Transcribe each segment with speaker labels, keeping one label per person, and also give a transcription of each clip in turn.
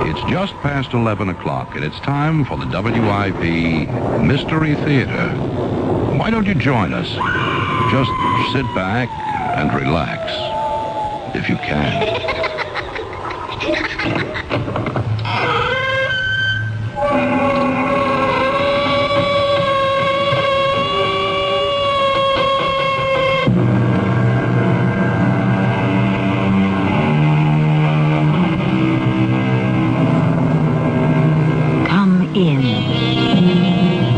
Speaker 1: It's just past 11 o'clock, and it's time for the WIP Mystery Theater. Why don't you join us? Just sit back and relax, if you can.
Speaker 2: Come in.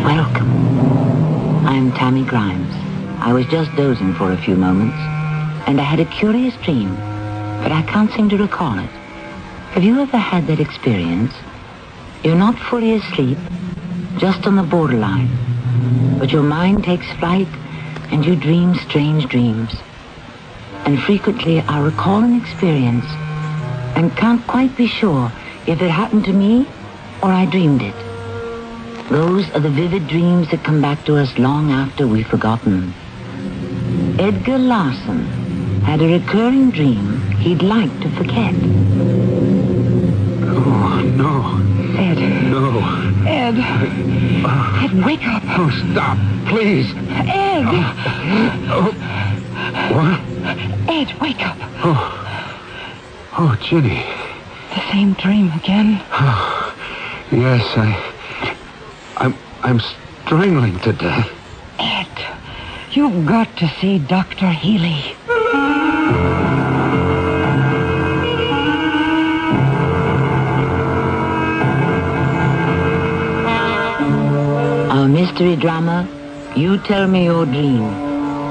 Speaker 2: Welcome. I'm Tammy Grimes. I was just dozing for a few moments, and I had a curious dream, but I can't seem to recall it. Have you ever had that experience? You're not fully asleep, just on the borderline, but your mind takes flight and you dream strange dreams. And frequently I recall an experience and can't quite be sure if it happened to me or I dreamed it. Those are the vivid dreams that come back to us long after we've forgotten. Edgar Larson had a recurring dream he'd like to forget.
Speaker 3: Oh, no,
Speaker 2: Ed.
Speaker 3: no.
Speaker 2: Ed. Ed, wake up.
Speaker 3: Oh, stop, please.
Speaker 2: Ed.
Speaker 3: What?
Speaker 2: Ed, wake up.
Speaker 3: Oh, Ginny.
Speaker 2: The same dream again.
Speaker 3: Oh, Yes, I... I'm... I'm strangling to death.
Speaker 2: Ed, you've got to see Dr. Healy. Our mystery drama, You Tell Me Your Dream,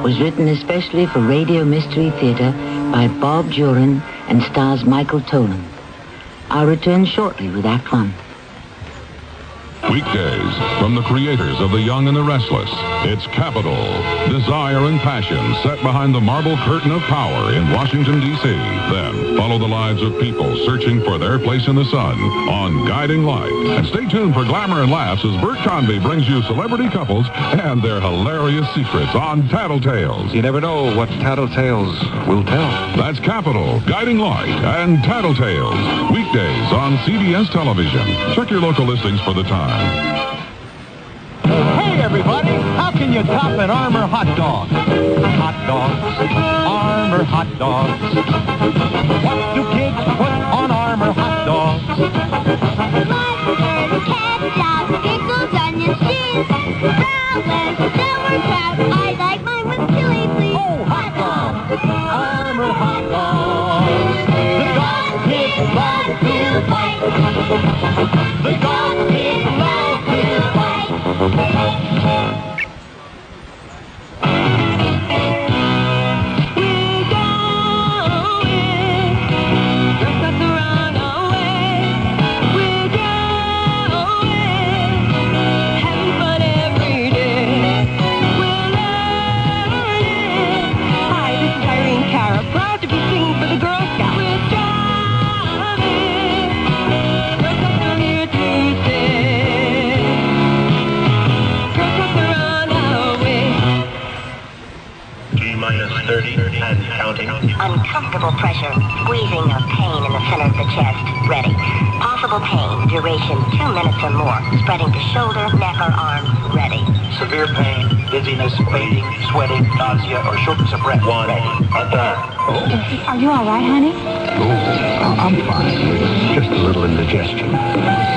Speaker 2: was written especially for Radio Mystery Theater by Bob Duran and stars Michael Tolan. I'll return shortly with Act One.
Speaker 4: Weekdays from the creators of The Young and the Restless. It's capital, desire, and passion set behind the marble curtain of power in Washington, D.C. Then follow the lives of people searching for their place in the sun on Guiding Light. And stay tuned for Glamour and Laughs as Bert Convey brings you celebrity couples and their hilarious secrets on Tattletales.
Speaker 3: You never know what tattletales will tell.
Speaker 4: That's Capital, Guiding Light, and Tattletales. Weekdays on CBS Television. Check your local listings for the time.
Speaker 5: Hey, everybody, how can you top an Armor hot dog? Hot dogs, Armor hot dogs. What do kids put on Armor hot dogs?
Speaker 6: Mustard, ketchup, pickles, onions, cheese, salad, sauerkraut. I like mine with chili, please.
Speaker 5: Oh, hot dogs, Armor hot dogs. The dog kids love to fight. The dog kids love to fight.
Speaker 7: Proud to be singing for the Girl Scouts. We're driving. Girl Scouts are here to stay. Girl Scouts are on our way.
Speaker 8: G minus 30 and counting.
Speaker 9: Uncomfortable pressure, squeezing of pain in the center of the chest. Ready. Possible pain, duration two minutes or more. Spreading to shoulder, neck, or arms. Ready.
Speaker 8: Severe pain, dizziness, waiting, sweating, nausea, or shortness of breath. One. Other.
Speaker 2: Are you all right, honey?
Speaker 3: Oh, I'm fine. Just a little indigestion.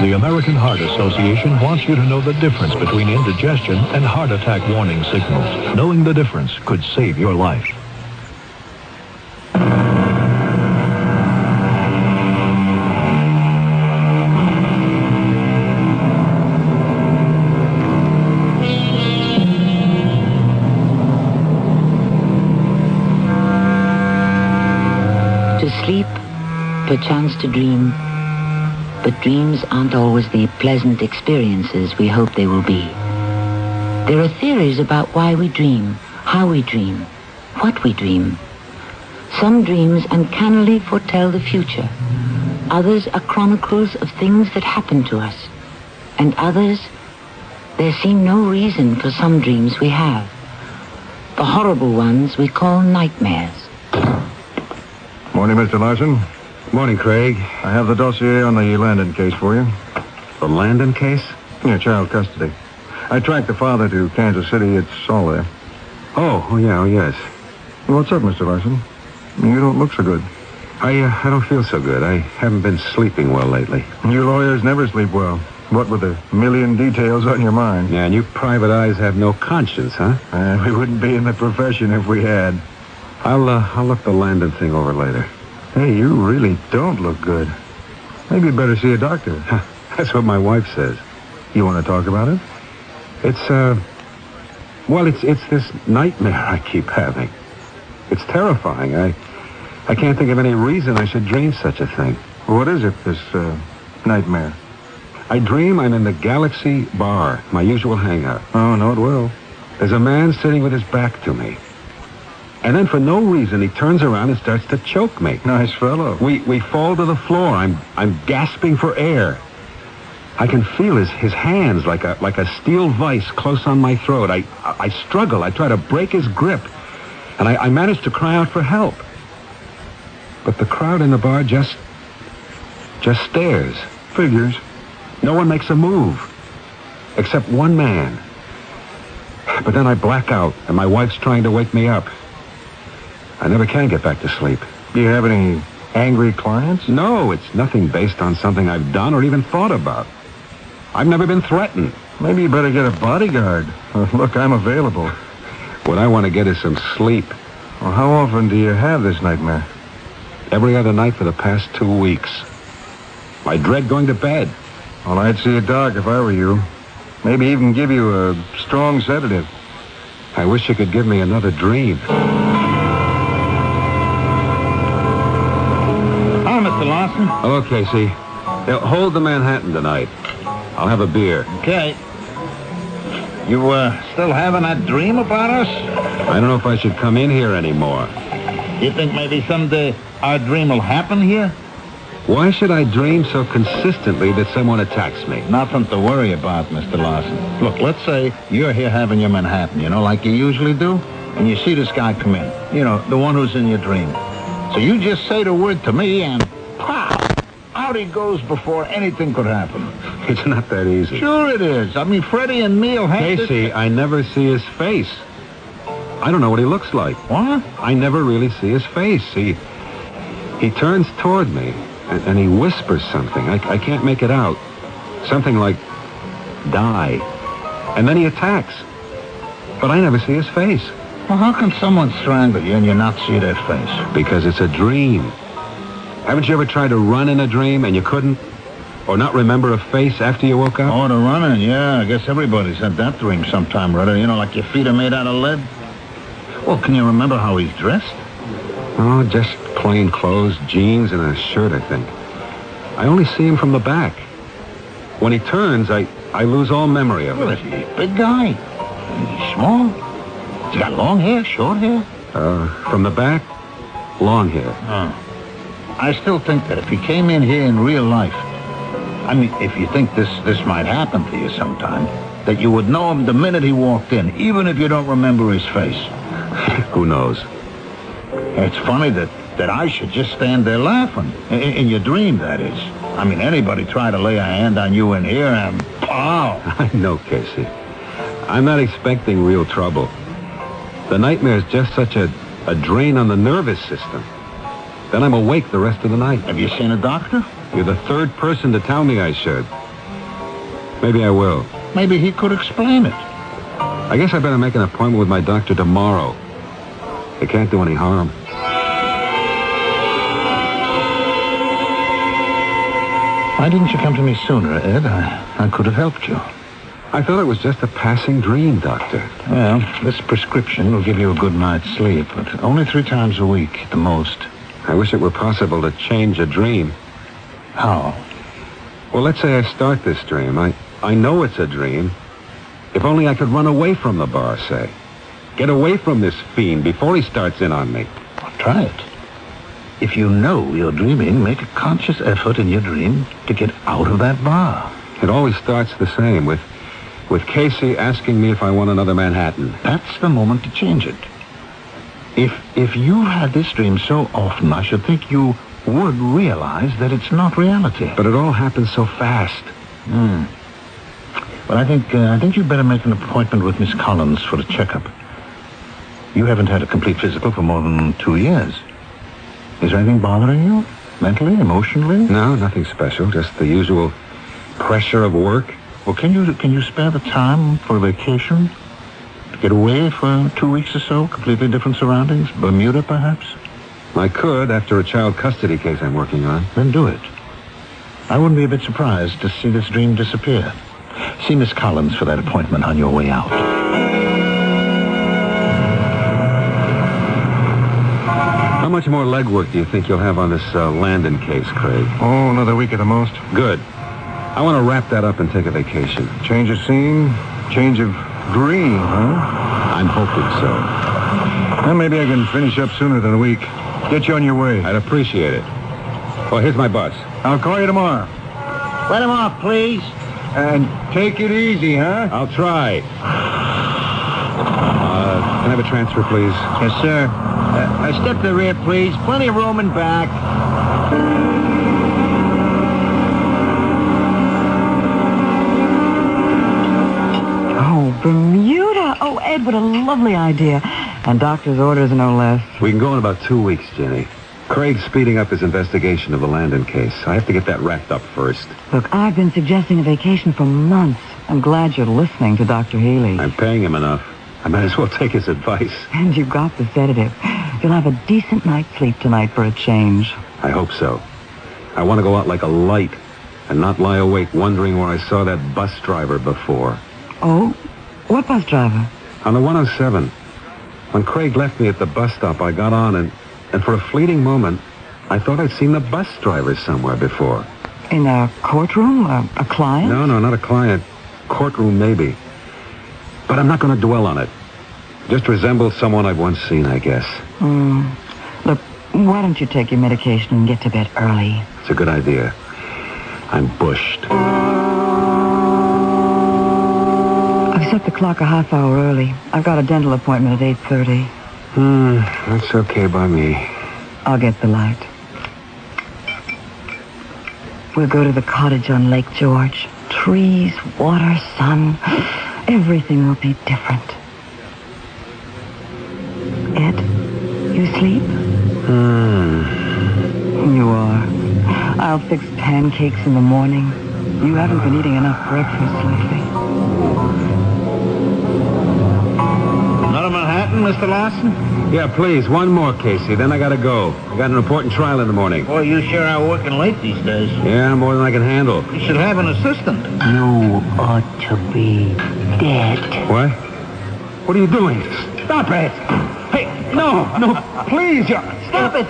Speaker 10: The American Heart Association wants you to know the difference between indigestion and heart attack warning signals. Knowing the difference could save your life.
Speaker 2: To sleep, perchance to dream. But dreams aren't always the pleasant experiences we hope they will be. There are theories about why we dream, how we dream, what we dream. Some dreams uncannily foretell the future. Others are chronicles of things that happen to us. And others, there seem no reason for some dreams we have. The horrible ones we call nightmares.
Speaker 10: Morning, Mr. Larson.
Speaker 3: Morning, Craig. I have the dossier on the Landon case for you. The Landon case? Yeah, child custody. I tracked the father to Kansas City. It's all there. Oh, oh yeah, oh yes. What's up, Mr. Larson? You don't look so good. I, uh, I don't feel so good. I haven't been sleeping well lately. You lawyers never sleep well. What with a million details on your mind. Yeah, and you private eyes have no conscience, huh? Uh, we wouldn't be in the profession if we had. I'll, uh, I'll look the Landon thing over later. Hey, you really don't look good. Maybe you better see a doctor. That's what my wife says. You want to talk about it? It's, uh... Well, it's, it's this nightmare I keep having. It's terrifying. I, I can't think of any reason I should dream such a thing. What is it, this uh, nightmare? I dream I'm in the Galaxy Bar, my usual hangout. Oh, no, it will. There's a man sitting with his back to me. And then for no reason, he turns around and starts to choke me. Nice fellow. We, we fall to the floor. I'm, I'm gasping for air. I can feel his, his hands like a, like a steel vice close on my throat. I, I struggle. I try to break his grip. And I, I manage to cry out for help. But the crowd in the bar just, just stares. Figures. No one makes a move. Except one man. But then I black out, and my wife's trying to wake me up. I never can get back to sleep. Do you have any angry clients? No, it's nothing based on something I've done or even thought about. I've never been threatened. Maybe you better get a bodyguard. look, I'm available. What I want to get is some sleep. Well, how often do you have this nightmare? Every other night for the past two weeks. I dread going to bed. Well, I'd see a doc if I were you. Maybe even give you a strong sedative. I wish you could give me another dream.
Speaker 11: Hi, Mr. Lawson.
Speaker 3: Hello, Casey. Now, hold the Manhattan tonight. I'll have a beer.
Speaker 11: Okay. You uh, still having that dream about us?
Speaker 3: I don't know if I should come in here anymore.
Speaker 11: You think maybe someday our dream will happen here?
Speaker 3: Why should I dream so consistently that someone attacks me?
Speaker 11: Nothing to worry about, Mr. Larson. Look, let's say you're here having your Manhattan, you know, like you usually do, and you see this guy come in. You know, the one who's in your dream. So you just say the word to me, and pow! Out he goes before anything could happen.
Speaker 3: It's not that easy.
Speaker 11: Sure it is. I mean, Freddie and Neil had this-
Speaker 3: Casey, I never see his face. I don't know what he looks like.
Speaker 11: What?
Speaker 3: I never really see his face. He he turns toward me and, and he whispers something. I, I can't make it out. Something like die. And then he attacks. But I never see his face.
Speaker 11: Well, how can someone strangle you and you not see their face?
Speaker 3: Because it's a dream. Haven't you ever tried to run in a dream and you couldn't? Or not remember a face after you woke up?
Speaker 11: Oh, the running, yeah. I guess everybody's had that dream sometime or other. You know, like your feet are made out of lead. Well, can you remember how he's dressed?
Speaker 3: Oh, just plain clothes, jeans, and a shirt, I think. I only see him from the back. When he turns, I, I lose all memory of
Speaker 11: Well,
Speaker 3: it.
Speaker 11: he's a big guy. He's small. He's got long hair, short hair.
Speaker 3: Uh, from the back, long hair.
Speaker 11: I still think that if he came in here in real life, I mean, if you think this, this might happen to you sometime, that you would know him the minute he walked in, even if you don't remember his face.
Speaker 3: Who knows?
Speaker 11: It's funny that, that I should just stand there laughing. In, in your dream, that is. I mean, anybody try to lay a hand on you in here and pow!
Speaker 3: I know, Casey. I'm not expecting real trouble. The nightmare is just such a, a drain on the nervous system. Then I'm awake the rest of the night.
Speaker 11: Have you seen a doctor?
Speaker 3: You're the third person to tell me I should. Maybe I will.
Speaker 11: Maybe he could explain it.
Speaker 3: I guess I better make an appointment with my doctor tomorrow. It can't do any harm.
Speaker 11: Why didn't you come to me sooner, Ed? I, I could have helped you.
Speaker 3: I thought it was just a passing dream, Doctor.
Speaker 11: Well, this prescription will give you a good night's sleep, but only three times a week at the most.
Speaker 3: I wish it were possible to change a dream.
Speaker 11: How?
Speaker 3: Well, let's say I start this dream. I, I know it's a dream. If only I could run away from the bar, say. Get away from this fiend before he starts in on me.
Speaker 11: Try it. If you know you're dreaming, make a conscious effort in your dream to get out of that bar.
Speaker 3: It always starts the same with, with Casey asking me if I want another Manhattan.
Speaker 11: That's the moment to change it. If if you've had this dream so often, I should think you
Speaker 5: would realize that it's not reality. But it all happens so fast. Hmm. Well, I think uh, I think you better make an appointment with Miss Collins for a checkup. You haven't had a complete physical for more than two years. Is there anything bothering you? Mentally, emotionally? No, nothing special. Just the usual pressure of work. Well, can you can you spare the time for a vacation? To get away for two weeks or so, completely different surroundings, Bermuda perhaps?
Speaker 3: I could after a child custody case I'm working on.
Speaker 5: Then do it. I wouldn't be a bit surprised to see this dream disappear. See Miss Collins for that appointment on your way out.
Speaker 3: How much more legwork do you think you'll have on this uh, Landon case, Craig? Oh, another week at the most. Good. I want to wrap that up and take a vacation. Change of scene, change of green, huh? I'm hoping so. Well, maybe I can finish up sooner than a week. Get you on your way. I'd appreciate it. Well, here's my bus. I'll call you tomorrow.
Speaker 5: Let him off, please.
Speaker 3: And take it easy, huh? I'll try. Uh, can I have a transfer, please? Yes, sir.
Speaker 5: Uh, step to the rear, please. Plenty of room in back.
Speaker 7: Oh, Bermuda. Oh, Ed, what a lovely idea. And doctor's orders, no less.
Speaker 3: We can go in about two weeks, Jenny. Craig's speeding up his investigation of the Landon case. I have to get that wrapped up first.
Speaker 7: Look, I've been suggesting a vacation for months. I'm glad you're listening to Dr. Healy.
Speaker 3: I'm paying him enough. I might as well take his advice.
Speaker 7: And you got the sedative. You'll have a decent night's sleep tonight for a change.
Speaker 3: I hope so. I want to go out like a light and not lie awake wondering where I saw that bus driver before.
Speaker 7: Oh? What bus driver?
Speaker 3: On the 107, when Craig left me at the bus stop, I got on and, and for a fleeting moment, I thought I'd seen the bus driver somewhere before.
Speaker 7: In a courtroom? A, a client?
Speaker 3: No, no, not a client. Courtroom, maybe. But I'm not going to dwell on it. Just resembles someone I've once seen, I guess.
Speaker 7: Hmm. Look, why don't you take your medication and get to bed early?
Speaker 3: It's a good idea. I'm bushed.
Speaker 7: I've set the clock a half hour early. I've got a dental appointment at 8.30.
Speaker 3: Hmm, that's okay by me.
Speaker 7: I'll get the light. We'll go to the cottage on Lake George. Trees, water, sun. Everything will be different. Ed, you sleep? Hmm. You are. I'll fix pancakes in the morning. You haven't been eating enough breakfast lately.
Speaker 3: Another Manhattan, Mr. Larson? Yeah, please. One more, Casey. Then I gotta go. I got an important trial in the morning.
Speaker 5: Boy, you sure are working late these days.
Speaker 3: Yeah, more than I can handle.
Speaker 5: You should have an assistant.
Speaker 3: You ought to be dead. What? What are you doing? Stop it! Hey, no, no, please, you stop it!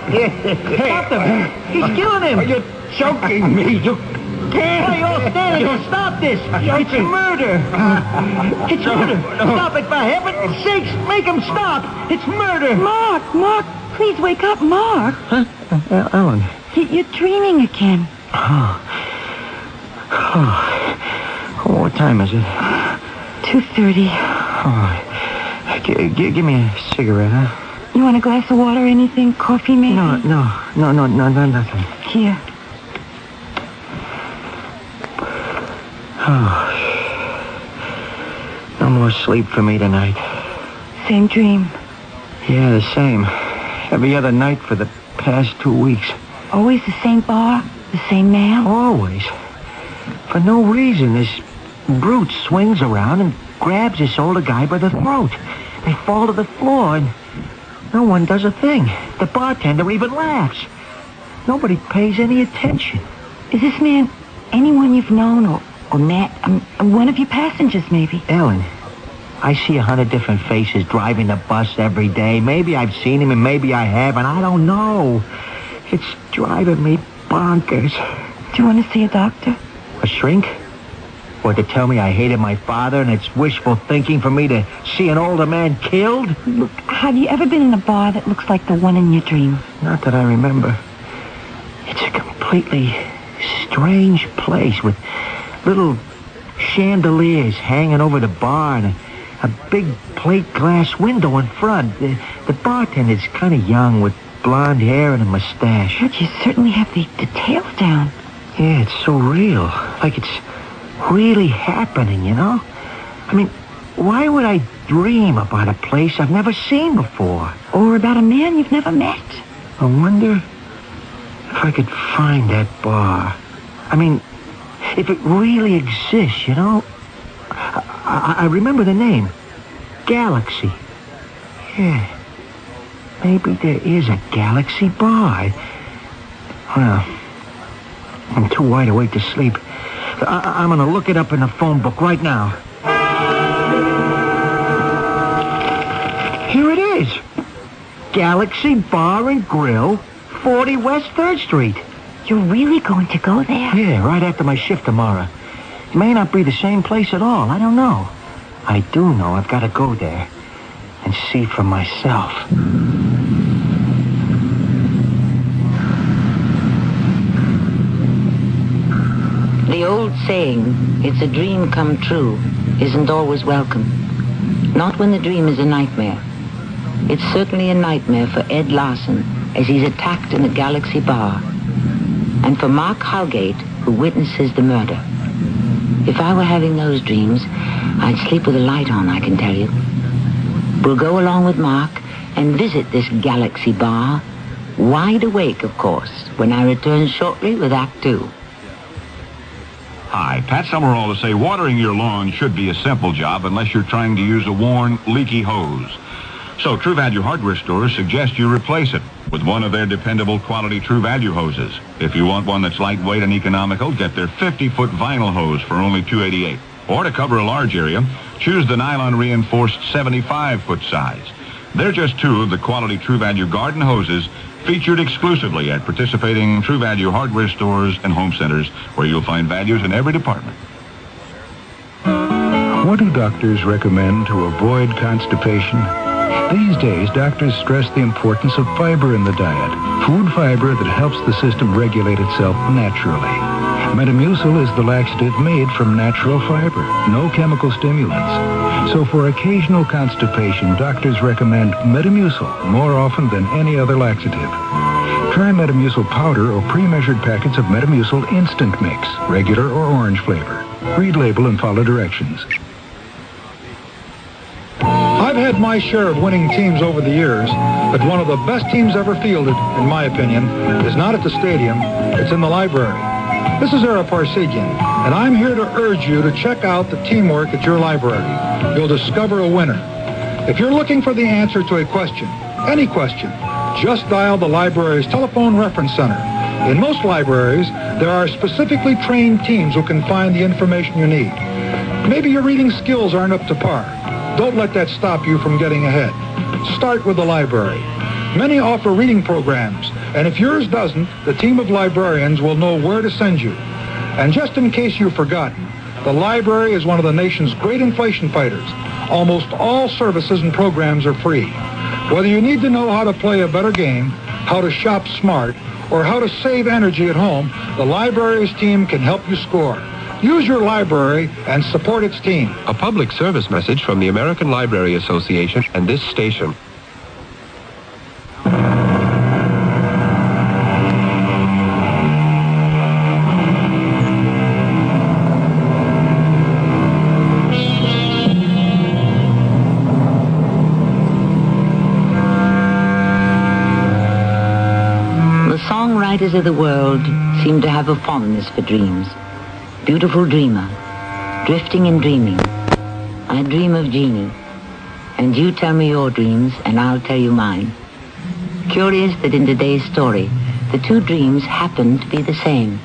Speaker 3: Stop him! He's killing him! You're choking me. You can't.
Speaker 12: Hey, all stand it.
Speaker 5: Stop this! It's murder! It's murder! Stop it, for heaven's sakes! Make him stop! It's murder!
Speaker 13: Mark, Mark, please wake up, Mark.
Speaker 3: Uh,
Speaker 5: Ellen.
Speaker 13: Y- You're dreaming again.
Speaker 5: Oh, what time is it?
Speaker 13: 2.30.
Speaker 5: Oh, g- g- give me a cigarette, huh?
Speaker 13: You want a glass of water, anything? Coffee, maybe?
Speaker 5: No, no, no, no, no, no nothing.
Speaker 13: Here.
Speaker 5: Oh. No more sleep for me tonight.
Speaker 13: Same dream.
Speaker 5: Yeah, the same. Every other night for the past two weeks.
Speaker 13: Always the same bar, the same man.
Speaker 5: Always. For no reason, this brute swings around and grabs this older guy by the throat. They fall to the floor, and no one does a thing. The bartender even laughs. Nobody pays any attention.
Speaker 13: Is this man anyone you've known or, or met? Um, one of your passengers, maybe?
Speaker 5: Ellen, I see a hundred different faces driving the bus every day. Maybe I've seen him, and maybe I haven't. I don't know. It's driving me bonkers.
Speaker 13: Do you want to see a doctor?
Speaker 5: A shrink? Or to tell me I hated my father and it's wishful thinking for me to see an older man killed?
Speaker 13: Look, have you ever been in a bar that looks like the one in your dream?
Speaker 5: Not that I remember. It's a completely strange place with little chandeliers hanging over the bar and a, a big plate glass window in front. The, the bartender's kind of young with blonde hair and a mustache.
Speaker 7: But you certainly have the details down.
Speaker 5: Yeah, it's so real. Like it's really happening, you know? I mean, why would I dream about a place I've never seen before?
Speaker 7: Or about a man you've never met.
Speaker 5: I wonder if I could find that bar. I mean, if it really exists, you know? I, I, I remember the name. Galaxy. Yeah. Maybe there is a galaxy bar. Well, I'm too wide awake to sleep. I, I'm going to look it up in the phone book right now. Here it is. Galaxy Bar and Grill, 40 West 3rd Street.
Speaker 7: You're really going to go there?
Speaker 5: Yeah, right after my shift tomorrow. It may not be the same place at all. I don't know. I do know I've got to go there and see for myself.
Speaker 2: The old saying, it's a dream come true, isn't always welcome. Not when the dream is a nightmare. It's certainly a nightmare for Ed Larson as he's attacked in the Galaxy Bar. And for Mark Holgate, who witnesses the murder. If I were having those dreams, I'd sleep with a light on, I can tell you. We'll go along with Mark and visit this Galaxy Bar, wide awake, of course, when I return shortly with Act Two.
Speaker 14: Hi, Pat Summerall to say watering your lawn should be a simple job unless you're trying to use a worn, leaky hose. So True Value hardware stores suggest you replace it with one of their dependable quality True Value hoses. If you want one that's lightweight and economical, get their 50-foot vinyl hose for only 288. Or to cover a large area, choose the nylon reinforced 75-foot size. They're just two of the quality True Value garden hoses featured exclusively at participating True Value hardware stores and home centers where you'll find values in every department.
Speaker 15: What do doctors recommend to avoid constipation? These days, doctors stress the importance of fiber in the diet, food fiber that helps the system regulate itself naturally. Metamucil is the laxative made from natural fiber, no chemical stimulants. So for occasional constipation, doctors recommend Metamucil more often than any other laxative. Try Metamucil powder or pre-measured packets of Metamucil instant mix, regular or orange flavor. Read label and follow directions.
Speaker 10: I've had my share of winning teams over the years, but one of the best teams ever fielded, in my opinion, is not at the stadium, it's in the library. This is Era Parsegian, and I'm here to urge you to check out the teamwork at your library. You'll discover a winner. If you're looking for the answer to a question, any question, just dial the library's telephone reference center. In most libraries, there are specifically trained teams who can find the information you need. Maybe your reading skills aren't up to par. Don't let that stop you from getting ahead. Start with the library. Many offer reading programs, and if yours doesn't, the team of librarians will know where to send you. And just in case you've forgotten, the library is one of the nation's great inflation fighters. Almost all services and programs are free. Whether you need to know how to play a better game, how to shop smart, or how to save energy at home, the library's team can help you score. Use your library and support its team.
Speaker 16: A public service message from the American Library Association and this station.
Speaker 2: The songwriters of the world seem to have a fondness for dreams. Beautiful dreamer, drifting and dreaming. I dream of Jeannie. And you tell me your dreams, and I'll tell you mine. Curious that in today's story, the two dreams happen to be the same.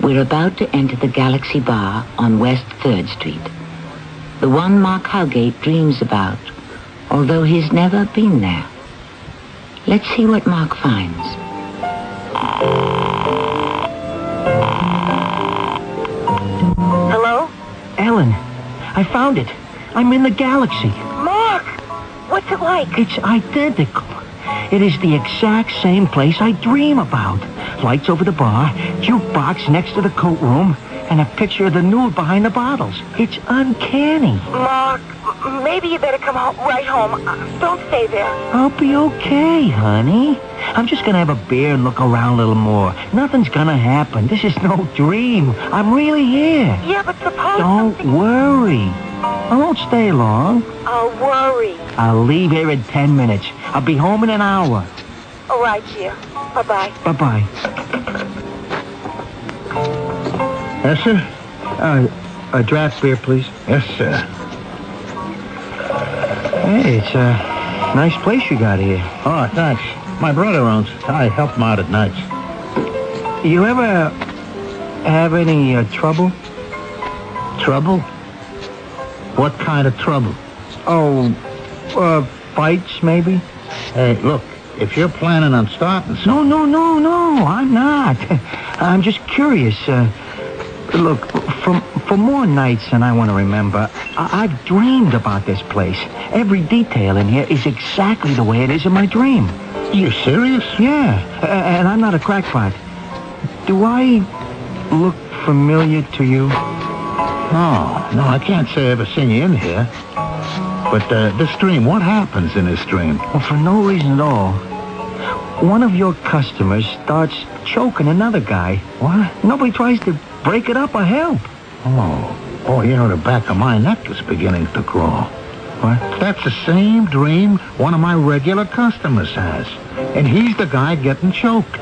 Speaker 2: We're about to enter the Galaxy Bar on West 3rd Street. The one Mark Howgate dreams about, although he's never been there. Let's see what Mark finds.
Speaker 5: Hello? Ellen, I found it. I'm in the galaxy.
Speaker 9: Mark, what's it like?
Speaker 5: It's identical. It is the exact same place I dream about. Lights over the bar, jukebox next to the coat room, and a picture of the nude behind the bottles. It's uncanny.
Speaker 9: Mark, Maybe you better come ho- right home. Uh, Don't stay there.
Speaker 5: I'll be okay, honey. I'm just gonna have a beer and look around a little more. Nothing's gonna happen. This is no dream. I'm really here.
Speaker 9: Yeah, but suppose...
Speaker 5: Don't worry. I won't stay long.
Speaker 9: I'll worry.
Speaker 5: I'll leave here in ten minutes. I'll be home in an hour.
Speaker 9: All right, dear. Bye-bye.
Speaker 5: Bye-bye.
Speaker 11: Yes, sir? Uh, a draft beer, please. Yes, sir.
Speaker 5: Hey, it's uh, a nice place you got here.
Speaker 11: Oh, thanks. My brother owns it. I help him out at nights.
Speaker 5: You ever have any uh, trouble?
Speaker 11: Trouble? What kind of trouble?
Speaker 5: Oh, uh, fights, maybe?
Speaker 11: Hey, look, if you're planning on starting something...
Speaker 5: No, no, no, no, I'm not. I'm just curious. Uh, look, for, for more nights than I want to remember, I, I've dreamed about this place. Every detail in here is exactly the way it is in my dream.
Speaker 11: You serious?
Speaker 5: Yeah, a- and I'm not a crackpot. Do I look familiar to you?
Speaker 11: No, Oh, no, I can't say I ever seen you in here. But uh, this dream, what happens in this dream?
Speaker 5: Well, for no reason at all. Oh. One of your customers starts choking another guy. What? Nobody tries to break it up or help.
Speaker 11: Oh, boy, you know, the back of my neck is beginning to crawl.
Speaker 5: What?
Speaker 11: That's the same dream one of my regular customers has. And he's the guy getting choked.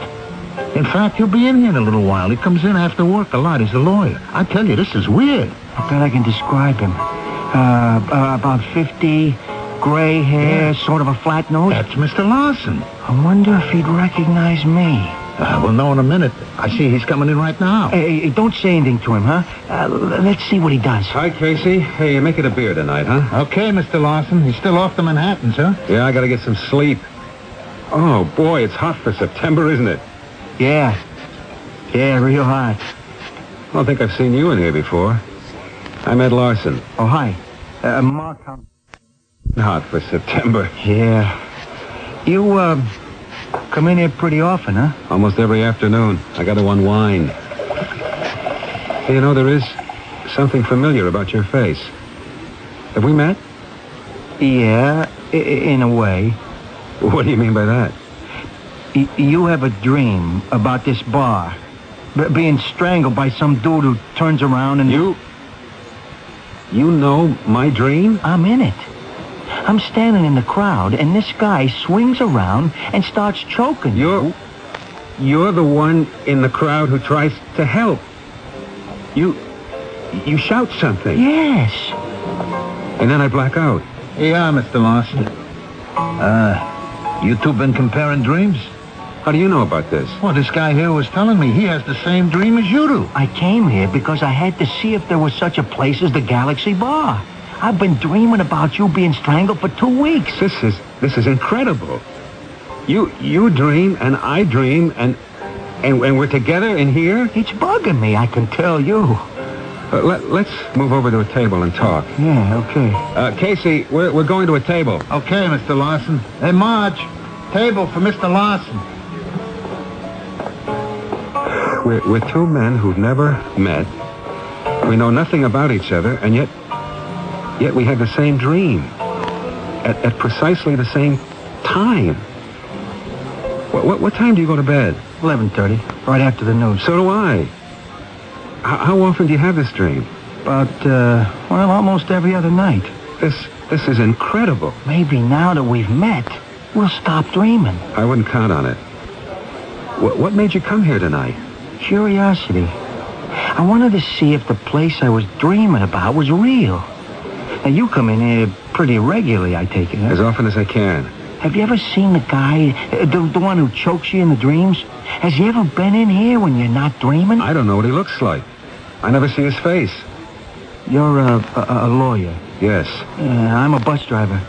Speaker 11: In fact, he'll be in here in a little while. He comes in after work a lot. He's a lawyer. I tell you, this is weird.
Speaker 5: I bet I can describe him. Uh, uh, about 50, gray hair, sort of a flat nose.
Speaker 11: That's Mr. Larson.
Speaker 5: I wonder if he'd recognize me.
Speaker 11: Uh, we'll know in a minute. I see he's coming in right now.
Speaker 5: Hey, hey, don't say anything to him, huh? Uh, l- let's see what he does.
Speaker 3: Hi, Casey. Hey, you making a beer tonight, huh?
Speaker 11: Okay, Mr. Larson. He's still off to Manhattan, sir.
Speaker 3: Yeah, I gotta get some sleep. Oh, boy, it's hot for September, isn't it?
Speaker 5: Yeah. Yeah, real hot.
Speaker 3: I don't think I've seen you in here before. I'm Ed Larson.
Speaker 5: Oh, hi. Uh, Mark. Hum-
Speaker 3: Hot for September.
Speaker 5: Yeah. You, uh, come in here pretty often, huh?
Speaker 3: Almost every afternoon. I gotta unwind. Hey, you know, there is something familiar about your face. Have we met?
Speaker 5: Yeah, i- i- in a way.
Speaker 3: What do you mean by that?
Speaker 5: Y- you have a dream about this bar. B- being strangled by some dude who turns around and...
Speaker 3: You... You know my dream?
Speaker 5: I'm in it. I'm standing in the crowd, and this guy swings around and starts choking.
Speaker 3: You're... You're the one in the crowd who tries to help. You... You shout something.
Speaker 5: Yes.
Speaker 3: And then I black out.
Speaker 11: Yeah, Mr. Larson. Uh, you two been comparing dreams?
Speaker 3: How do you know about this?
Speaker 11: Well, this guy here was telling me he has the same dream as you do.
Speaker 5: I came here because I had to see if there was such a place as the Galaxy Bar. I've been dreaming about you being strangled for two weeks.
Speaker 3: This is this is incredible. You you dream and I dream and and, and we're together in here.
Speaker 5: It's bugging me, I can tell you.
Speaker 3: Uh, let, let's move over to a table and talk.
Speaker 5: Yeah, okay.
Speaker 3: Uh, Casey, we're, we're going to a table.
Speaker 11: Okay, Mr. Larson. Hey, Marge, table for Mr. Larson.
Speaker 3: We're, we're two men who've never met. We know nothing about each other, and yet yet we had the same dream at, at precisely the same time. What, what what time do you go to bed?
Speaker 5: 11.30, right after the news.
Speaker 3: So do I. H- how often do you have this dream?
Speaker 5: About, uh, well, almost every other night.
Speaker 3: This this is incredible.
Speaker 5: Maybe now that we've met, we'll stop dreaming.
Speaker 3: I wouldn't count on it. What, what made you come here tonight?
Speaker 5: Curiosity. I wanted to see if the place I was dreaming about was real. Now, you come in here pretty regularly, I take it. huh?
Speaker 3: As often as I can.
Speaker 5: Have you ever seen the guy, uh, the, the one who chokes you in the dreams? Has he ever been in here when you're not dreaming?
Speaker 3: I don't know what he looks like. I never see his face.
Speaker 5: You're a, a, a lawyer.
Speaker 3: Yes.
Speaker 5: Uh, I'm a bus driver.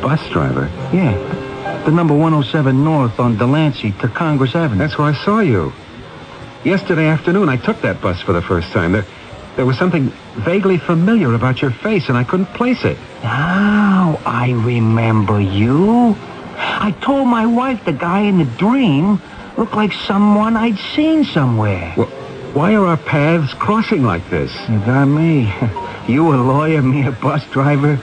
Speaker 3: Bus driver.
Speaker 5: Yeah. The number 107 North on Delancey to Congress Avenue.
Speaker 3: That's where I saw you. Yesterday afternoon, I took that bus for the first time. There, there was something vaguely familiar about your face, and I couldn't place it.
Speaker 5: Now I remember you. I told my wife the guy in the dream looked like someone I'd seen somewhere.
Speaker 3: Well, why are our paths crossing like this?
Speaker 5: You got me. You a lawyer, me a bus driver?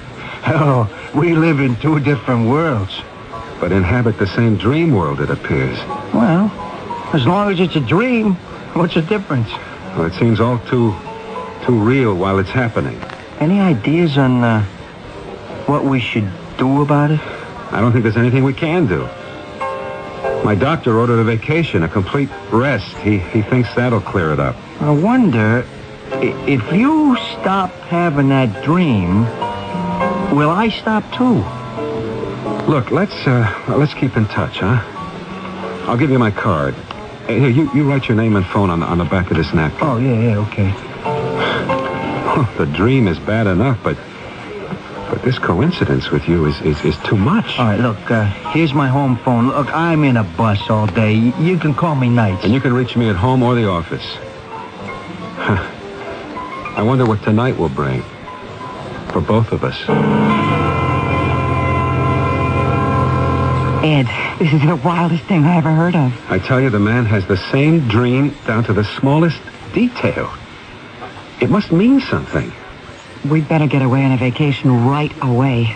Speaker 5: Oh, we live in two different worlds.
Speaker 3: But inhabit the same dream world, it appears.
Speaker 5: Well, as long as it's a dream, what's the difference?
Speaker 3: Well, it seems all too, too real while it's happening.
Speaker 5: Any ideas on uh, what we should do about it?
Speaker 3: I don't think there's anything we can do. My doctor ordered a vacation, a complete rest. He, he thinks that'll clear it up.
Speaker 5: I wonder i- if you stop having that dream, will I stop too?
Speaker 3: Look, let's uh, let's keep in touch, huh? I'll give you my card. Hey, here, you, you write your name and phone on the, on the back of this napkin.
Speaker 5: Oh, yeah, yeah, okay.
Speaker 3: the dream is bad enough, but but this coincidence with you is is, is too much.
Speaker 5: All right, look, uh, here's my home phone. Look, I'm in a bus all day. Y- You can call me nights.
Speaker 3: And you can reach me at home or the office. Huh. I wonder what tonight will bring for both of us.
Speaker 7: Ed, this is the wildest thing I ever heard of.
Speaker 3: I tell you, the man has the same dream down to the smallest detail. It must mean something.
Speaker 7: We'd better get away on a vacation right away.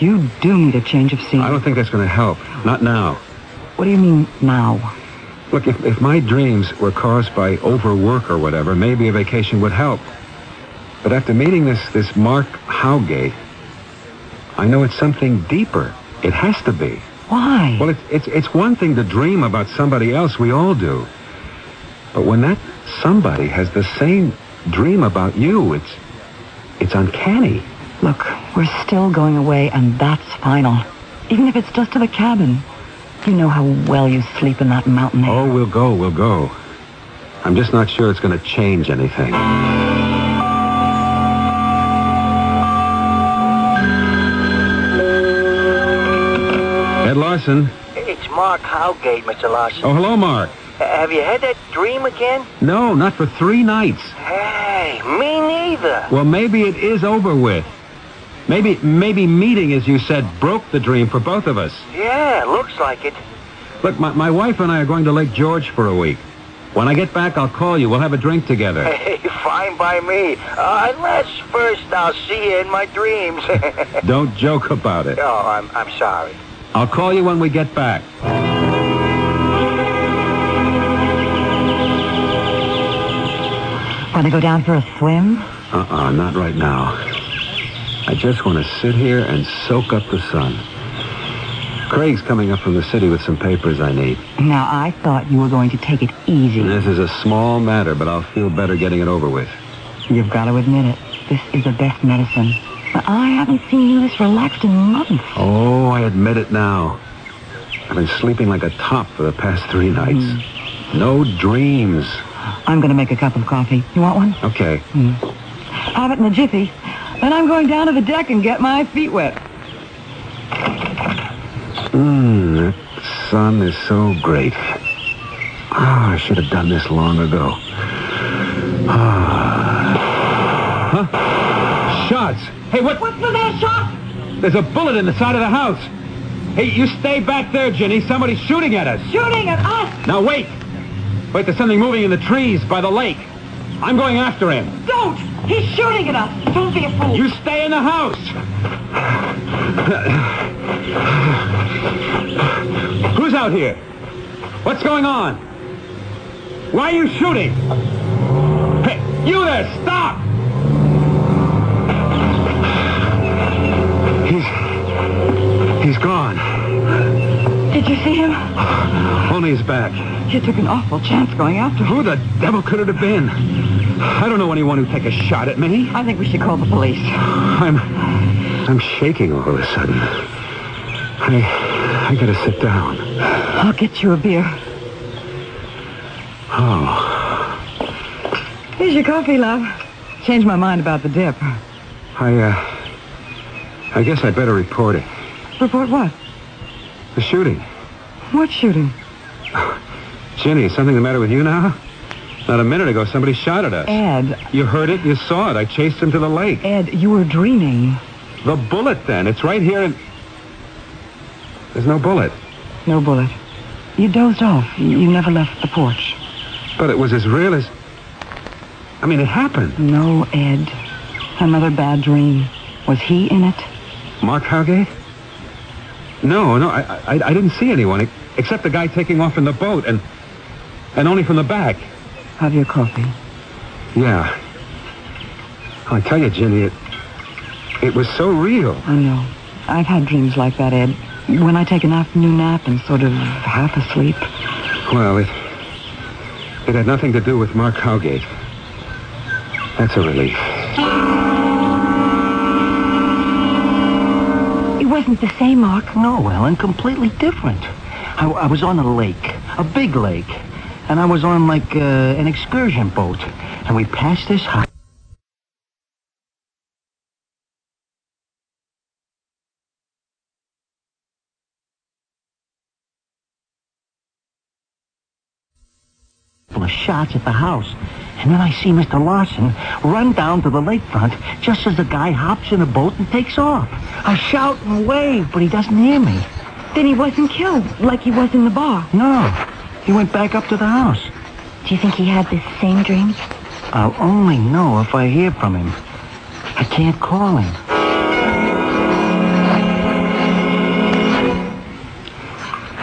Speaker 7: You do need a change of scene.
Speaker 3: I don't think that's going to help. Not now.
Speaker 7: What do you mean now?
Speaker 3: Look, if, if my dreams were caused by overwork or whatever, maybe a vacation would help. But after meeting this, this Mark Howgate, I know it's something deeper. It has to be.
Speaker 7: Why?
Speaker 3: Well, it's, it's, it's one thing to dream about somebody else. We all do. But when that somebody has the same dream about you, it's, it's uncanny.
Speaker 7: Look, we're still going away, and that's final. Even if it's just to the cabin. You know how well you sleep in that mountain.
Speaker 3: Oh, we'll go, we'll go. I'm just not sure it's going to change anything. Ed Larson.
Speaker 17: It's Mark Howgate, Mr. Larson.
Speaker 3: Oh, hello, Mark.
Speaker 17: Have you had that dream again?
Speaker 3: No, not for three nights.
Speaker 17: Hey, me neither.
Speaker 3: Well, maybe it is over with. Maybe, maybe meeting, as you said, broke the dream for both of us.
Speaker 17: Yeah, looks like it.
Speaker 3: Look, my, my wife and I are going to Lake George for a week. When I get back, I'll call you. We'll have a drink together.
Speaker 17: Hey, fine by me. Uh, unless first I'll see you in my dreams.
Speaker 3: Don't joke about it.
Speaker 17: Oh, I'm, I'm sorry.
Speaker 3: I'll call you when we get back.
Speaker 7: Want to go down for a swim?
Speaker 3: Uh-uh, not right now. I just want to sit here and soak up the sun. Craig's coming up from the city with some papers I need.
Speaker 7: Now, I thought you were going to take it easy.
Speaker 3: This is a small matter, but I'll feel better getting it over with.
Speaker 7: You've got to admit it. This is the best medicine. But I haven't seen you this relaxed in months.
Speaker 3: Oh, I admit it now. I've been sleeping like a top for the past three nights. No dreams.
Speaker 7: I'm going to make a cup of coffee. You want one?
Speaker 3: Okay.
Speaker 7: Have it in a jiffy. Then I'm going down to the deck and get my feet wet.
Speaker 3: Mmm, that sun is so great. Ah, I should have done this long ago. Ah. Huh? Shots! Hey, what? What's
Speaker 7: the matter, shot?
Speaker 3: There's a bullet in the side of the house. Hey, you stay back there, Ginny. Somebody's shooting at us.
Speaker 7: Shooting at us!
Speaker 3: Now wait. Wait, there's something moving in the trees by the lake. I'm going after him.
Speaker 7: Don't! He's shooting at us! Don't be a fool!
Speaker 3: You stay in the house! Who's out here? What's going on? Why are you shooting? Hey, you there, stop! He's gone.
Speaker 7: Did you see him?
Speaker 3: Only his back.
Speaker 7: You took an awful chance going after him.
Speaker 3: Who the devil could it have been? I don't know anyone who'd take a shot at me.
Speaker 7: I think we should call the police.
Speaker 3: I'm I'm shaking all of a sudden. I I gotta sit down.
Speaker 7: I'll get you a beer.
Speaker 3: Oh,
Speaker 7: Here's your coffee, love. Changed my mind about the dip.
Speaker 3: I uh I guess I better report it.
Speaker 7: Report what?
Speaker 3: The shooting.
Speaker 7: What shooting?
Speaker 3: Ginny, is something the matter with you now? Not a minute ago, somebody shot at us.
Speaker 7: Ed,
Speaker 3: You heard it, you saw it. I chased him to the lake.
Speaker 7: Ed, you were dreaming.
Speaker 3: The bullet, then. It's right here in... There's no bullet.
Speaker 7: No bullet. You dozed off. You never left the porch.
Speaker 3: But it was as real as... I mean, it happened.
Speaker 7: No, Ed. Another bad dream. Was he in it?
Speaker 3: Mark Hargate? No, no, I, I, I didn't see anyone e- except the guy taking off in the boat and and only from the back.
Speaker 7: Have your coffee.
Speaker 3: Yeah. I tell you, Ginny, it it was so real.
Speaker 7: I know. I've had dreams like that, Ed. When I take an afternoon nap and sort of half asleep.
Speaker 3: Well, it it had nothing to do with Mark Howgate. That's a relief.
Speaker 7: It wasn't the same, Mark.
Speaker 5: No, Ellen, completely different. I, I was on a lake, a big lake, and I was on like uh, an excursion boat, and we passed this house. Couple of shots at the house, and then I see Mr. Larson run down to the lakefront just as the guy hops in a boat and takes off. I shout and wave, but he doesn't hear me.
Speaker 7: Then he wasn't killed like he was in the bar.
Speaker 5: No, he went back up to the house.
Speaker 18: Do you think he had this same dream?
Speaker 5: I'll only know if I hear from him. I can't call him.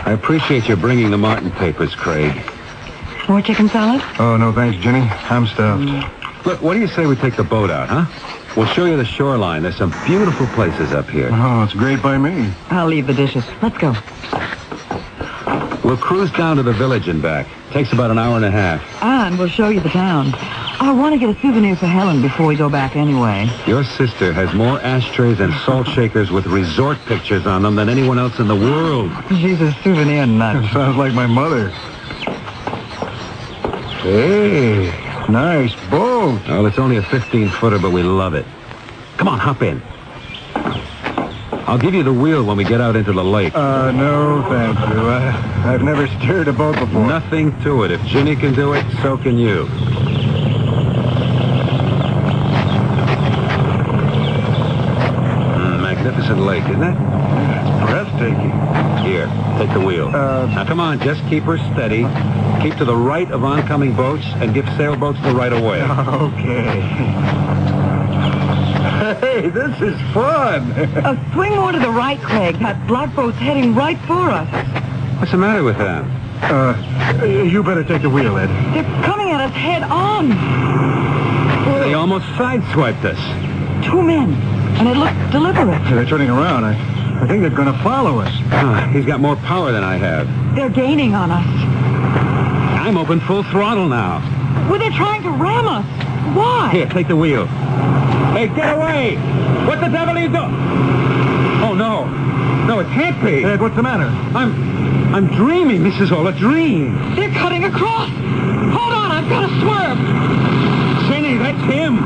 Speaker 3: I appreciate your bringing the Martin papers, Craig.
Speaker 7: More chicken salad?
Speaker 3: Oh, no, thanks, Ginny. I'm stuffed. Look, what do you say we take the boat out, huh? We'll show you the shoreline. There's some beautiful places up here.
Speaker 19: Oh, it's great by me.
Speaker 7: I'll leave the dishes. Let's go.
Speaker 3: We'll cruise down to the village and back. Takes about an hour and a half.
Speaker 7: And we'll show you the town. I want to get a souvenir for Helen before we go back anyway.
Speaker 3: Your sister has more ashtrays and salt shakers with resort pictures on them than anyone else in the world.
Speaker 7: She's a souvenir nut.
Speaker 19: Sounds like my mother. Hey, nice boat.
Speaker 3: Well, it's only a 15-footer, but we love it. Come on, hop in. I'll give you the wheel when we get out into the lake.
Speaker 19: Uh, no, thank you. Uh, I've never steered a boat before.
Speaker 3: Nothing to it. If Ginny can do it, so can you. Mm, magnificent lake, isn't it?
Speaker 19: It's breathtaking. Uh,
Speaker 3: Here, take the wheel. now, come on, just keep her steady. Keep to the right of oncoming boats and give sailboats the right of way.
Speaker 19: Okay. Hey, this is fun.
Speaker 7: Uh, swing more to the right, Craig. That black boat's heading right for us.
Speaker 3: What's the matter with them?
Speaker 19: Uh, you better take the wheel, Ed.
Speaker 7: They're coming at us head on.
Speaker 3: They almost sideswiped us.
Speaker 7: Two men. And it looked deliberate.
Speaker 19: They're turning around. I, I think they're going to follow us.
Speaker 3: Ah, he's got more power than I have.
Speaker 7: They're gaining on us.
Speaker 3: I'm open full throttle now.
Speaker 7: Well, they're trying to ram us. Why?
Speaker 3: Here, take the wheel. Hey, get away! What the devil are you doing? Oh no, no, it can't be.
Speaker 19: Ed, what's the matter?
Speaker 3: I'm, I'm dreaming. This is all a dream.
Speaker 7: They're cutting across. Hold on, I've got to swerve.
Speaker 3: Jenny, that's him.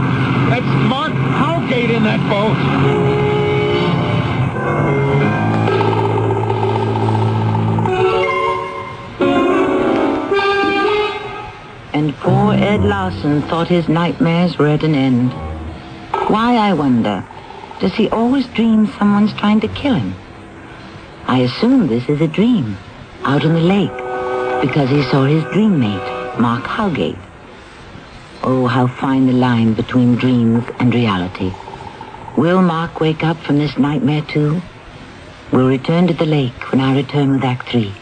Speaker 3: That's Mark Howgate in that boat.
Speaker 2: And poor Ed Larson thought his nightmares were at an end. Why, I wonder. Does he always dream someone's trying to kill him? I assume this is a dream, out on the lake, because he saw his dream mate, Mark Howgate. Oh, how fine the line between dreams and reality. Will Mark wake up from this nightmare too? We'll return to the lake when I return with Act Three.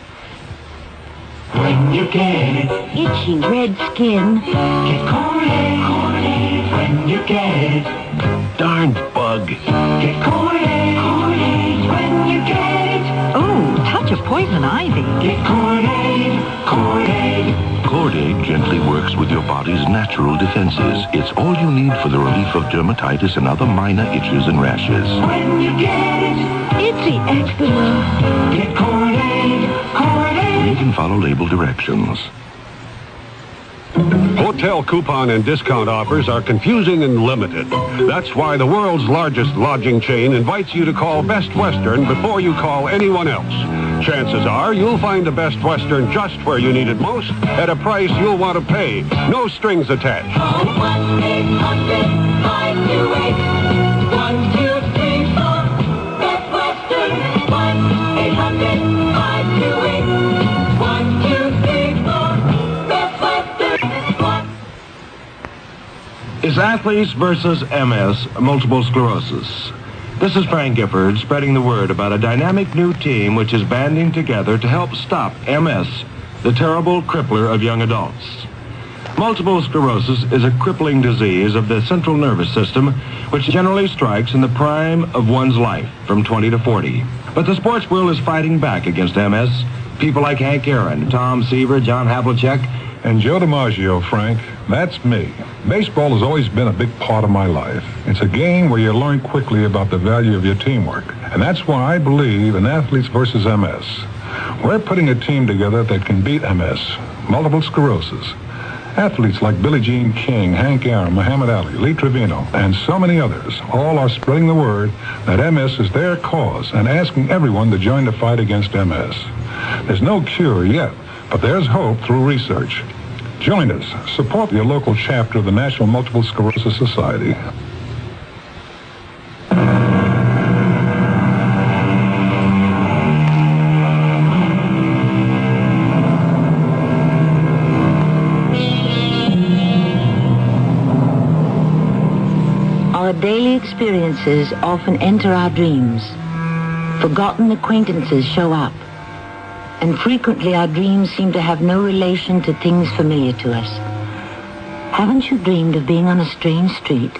Speaker 4: When you get it, itchy red skin. Get corny, corny when you get it. Darn bug. Get corny, corny when you get it.
Speaker 7: Oh, touch of poison ivy.
Speaker 4: Get corny, corny.
Speaker 20: Cordaid gently works with your body's natural defenses. It's all you need for the relief of dermatitis and other minor itches and rashes.
Speaker 4: When you get it,
Speaker 18: Itchy eczema.
Speaker 4: get corny, corny.
Speaker 20: You can follow label directions.
Speaker 21: Hotel coupon and discount offers are confusing and limited. That's why the world's largest lodging chain invites you to call Best Western before you call anyone else. Chances are you'll find the Best Western just where you need it most at a price you'll want to pay. No strings attached.
Speaker 4: Oh, one, eight hundred, five, two, eight. One, two, three, four. Best Western. One, eight hundred, five, two, eight. One, two, three, four. Best Western. One.
Speaker 10: is Athletes versus MS, Multiple Sclerosis. This is Frank Gifford spreading the word about a dynamic new team which is banding together to help stop MS, the terrible crippler of young adults. Multiple sclerosis is a crippling disease of the central nervous system which generally strikes in the prime of one's life from 20 to 40. But the sports world is fighting back against MS. People like Hank Aaron, Tom Seaver, John Havlicek,
Speaker 22: And Joe DiMaggio, Frank, that's me. Baseball has always been a big part of my life. It's a game where you learn quickly about the value of your teamwork. And that's why I believe in athletes versus MS. We're putting a team together that can beat MS, multiple sclerosis. Athletes like Billie Jean King, Hank Aaron, Muhammad Ali, Lee Trevino, and so many others all are spreading the word that MS is their cause and asking everyone to join the fight against MS. There's no cure yet, but there's hope through research. Join us. Support your local chapter of the National Multiple Sclerosis Society.
Speaker 2: Our daily experiences often enter our dreams. Forgotten acquaintances show up. And frequently our dreams seem to have no relation to things familiar to us. Haven't you dreamed of being on a strange street,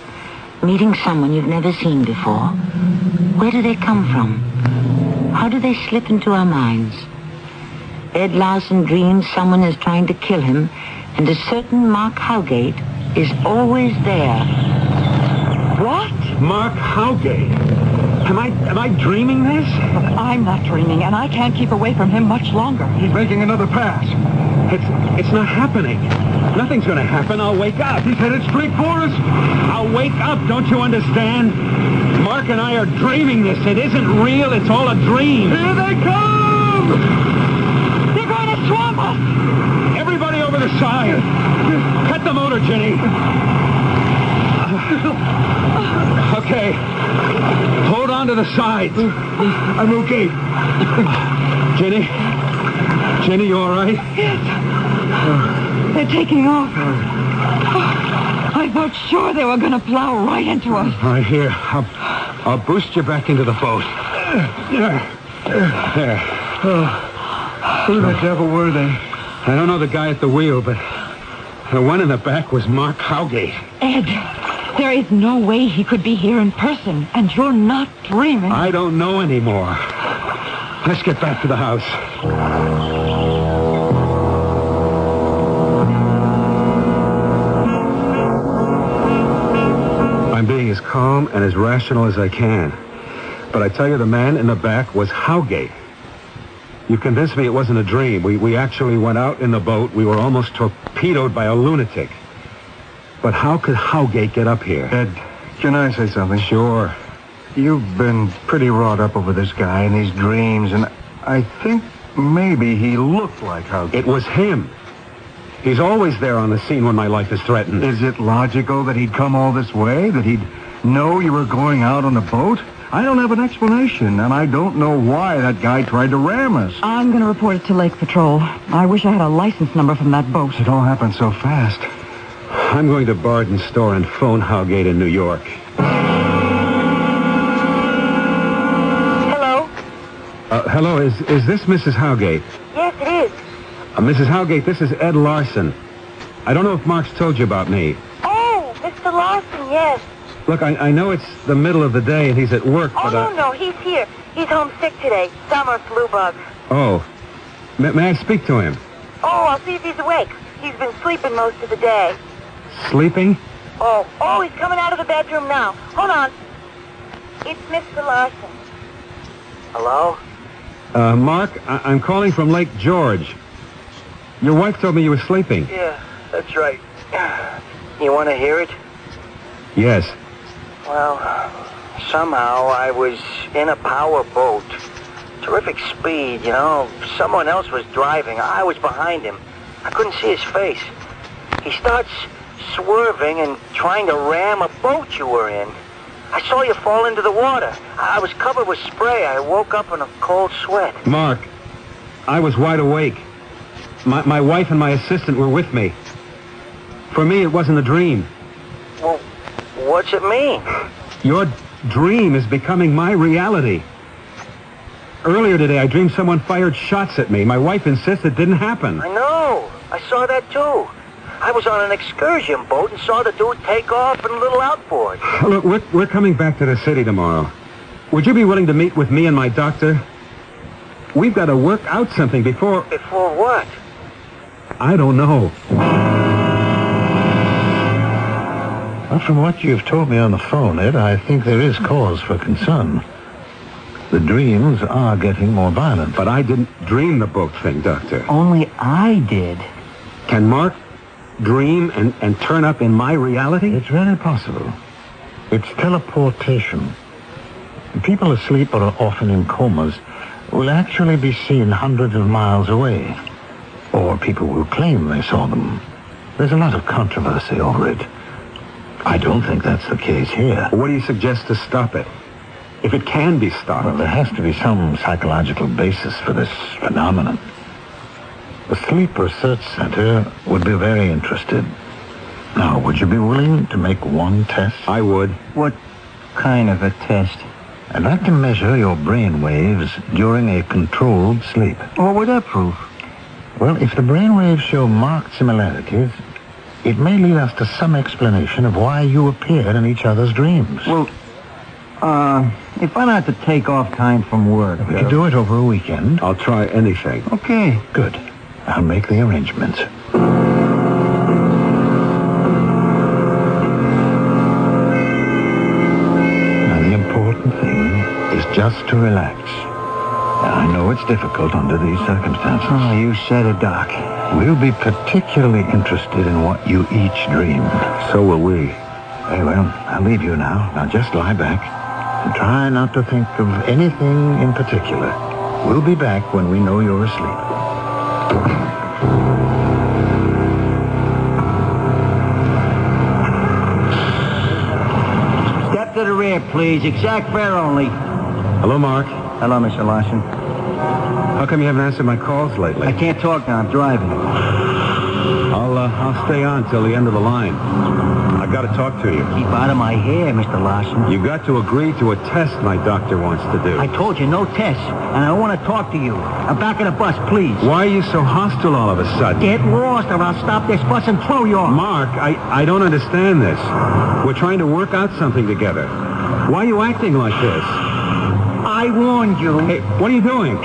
Speaker 2: meeting someone you've never seen before? Where do they come from? How do they slip into our minds? Ed Larson dreams someone is trying to kill him, and a certain Mark Howgate is always there.
Speaker 3: What? Mark Howgate. Am I am I dreaming this? I'm not dreaming, and I can't keep away from him much longer. He's making another pass. It's it's not happening. Nothing's gonna happen. I'll wake up. He's headed straight for us. I'll wake up, don't you understand? Mark and I are dreaming this. It isn't real, it's all a dream. Here they come! They're going to swamp us! Everybody over the side! Cut the motor, Jenny! Okay. Hold on to the sides. I'm okay. Jenny? Jenny, you all right?
Speaker 23: They're taking off.
Speaker 7: Oh,
Speaker 23: I thought sure they were going to plow right into us.
Speaker 3: All right, here. I'll, I'll boost you back into the boat. There. Who the devil were they? I don't know the guy at the wheel, but the one in the back was Mark Howgate.
Speaker 23: Ed, there is no way he could be here in person, and you're not dreaming.
Speaker 3: I don't know anymore. Let's get back to the house.
Speaker 24: I'm being as calm and as rational as I can. But I tell you, the man in the back was Howgate. You convinced me it wasn't a dream. We, we actually went out in the boat. We were almost torpedoed by a lunatic. But how could Howgate get up here?
Speaker 11: Ed, can I say something? Sure. You've been pretty wrought up over this guy and these dreams, and I think maybe he looked like Howgate.
Speaker 24: It was him. He's always there on the scene when my life is threatened.
Speaker 11: Is it logical that he'd come all this way? That he'd know you were going out on the boat? I don't have an explanation, and I don't know why that guy tried to ram us.
Speaker 25: I'm going to report it to Lake Patrol. I wish I had a license number from that boat.
Speaker 11: It all happened so fast.
Speaker 24: I'm going to Barden store and phone Howgate in New York.
Speaker 7: Hello?
Speaker 24: Uh, hello, is, is this Mrs. Howgate?
Speaker 7: Yes, it is.
Speaker 24: Uh, Mrs. Howgate, this is Ed Larson. I don't know if Mark's told you about me.
Speaker 7: Oh, Mr. Larson, yes.
Speaker 24: Look, I, I know it's the middle of the day and he's at work,
Speaker 7: Oh,
Speaker 24: but
Speaker 7: no,
Speaker 11: uh,
Speaker 24: I...
Speaker 7: no, he's here. He's home sick today. Summer flu bug.
Speaker 24: Oh. May, may I speak to him?
Speaker 7: Oh, I'll see if he's awake. He's been sleeping most of the day.
Speaker 24: Sleeping?
Speaker 7: Oh, oh, he's coming out of the bedroom now. Hold on. It's Mr. Larson.
Speaker 5: Hello?
Speaker 24: Uh, Mark, I- I'm calling from Lake George. Your wife told me you were sleeping.
Speaker 5: Yeah, that's right. You want to hear it?
Speaker 24: Yes.
Speaker 5: Well, somehow I was in a power boat. Terrific speed, you know. Someone else was driving. I was behind him. I couldn't see his face. He starts swerving and trying to ram a boat you were in. I saw you fall into the water. I was covered with spray. I woke up in a cold sweat.
Speaker 24: Mark, I was wide awake. My, my wife and my assistant were with me. For me, it wasn't a dream.
Speaker 17: Well, what's it mean?
Speaker 3: Your dream is becoming my reality. Earlier today, I dreamed someone fired shots at me. My wife insists it didn't happen.
Speaker 17: I know. I saw that too. I was on an excursion boat and saw the dude take off in a little outboard.
Speaker 3: Look, we're, we're coming back to the city tomorrow. Would you be willing to meet with me and my doctor? We've got to work out something before...
Speaker 17: Before what?
Speaker 3: I don't know.
Speaker 11: Well, from what you've told me on the phone, Ed, I think there is cause for concern. The dreams are getting more violent.
Speaker 3: But I didn't dream the boat thing, Doctor.
Speaker 5: Only I did.
Speaker 3: Can Mark dream and, and turn up in my reality?
Speaker 11: It's very possible. It's teleportation. People asleep or often in comas will actually be seen hundreds of miles away. Or people will claim they saw them. There's a lot of controversy over it. I don't think that's the case here.
Speaker 3: What do you suggest to stop it? If it can be stopped.
Speaker 11: Well, there has to be some psychological basis for this phenomenon. The Sleep Research Center would be very interested. Now, would you be willing to make one test?
Speaker 3: I would.
Speaker 11: What kind of a test? I'd like to measure your brain waves during a controlled sleep. What would that prove? Well, if the brain waves show marked similarities, it may lead us to some explanation of why you appear in each other's dreams. Well,
Speaker 5: Uh, if I'm not to take off time from work.
Speaker 11: we could do it over a weekend.
Speaker 3: I'll try anything.
Speaker 5: Okay.
Speaker 11: Good. I'll make the arrangements. Now, the important thing is just to relax. Now, I know it's difficult under these circumstances. Oh,
Speaker 5: you said it, Doc.
Speaker 11: We'll be particularly interested in what you each dream.
Speaker 3: So will we.
Speaker 11: Very well. I'll leave you now. Now, just lie back and try not to think of anything in particular. We'll be back when we know you're asleep.
Speaker 5: Step to the rear, please. Exact fare only.
Speaker 3: Hello, Mark.
Speaker 5: Hello, Mr. Larson.
Speaker 3: How come you haven't answered my calls lately?
Speaker 5: I can't talk now. I'm driving.
Speaker 3: I'll, uh, I'll stay on till the end of the line. I got to talk to you.
Speaker 5: Keep out of my hair, Mr. Larson.
Speaker 3: You got to agree to a test my doctor wants to do.
Speaker 5: I told you, no tests, and I don't want to talk to you. I'm back in the bus, please.
Speaker 3: Why are you so hostile all of a sudden?
Speaker 5: Get lost, or I'll stop this bus and throw you off.
Speaker 3: Mark, I, I don't understand this. We're trying to work out something together. Why are you acting like this?
Speaker 5: I warned you.
Speaker 3: Hey, what are you doing?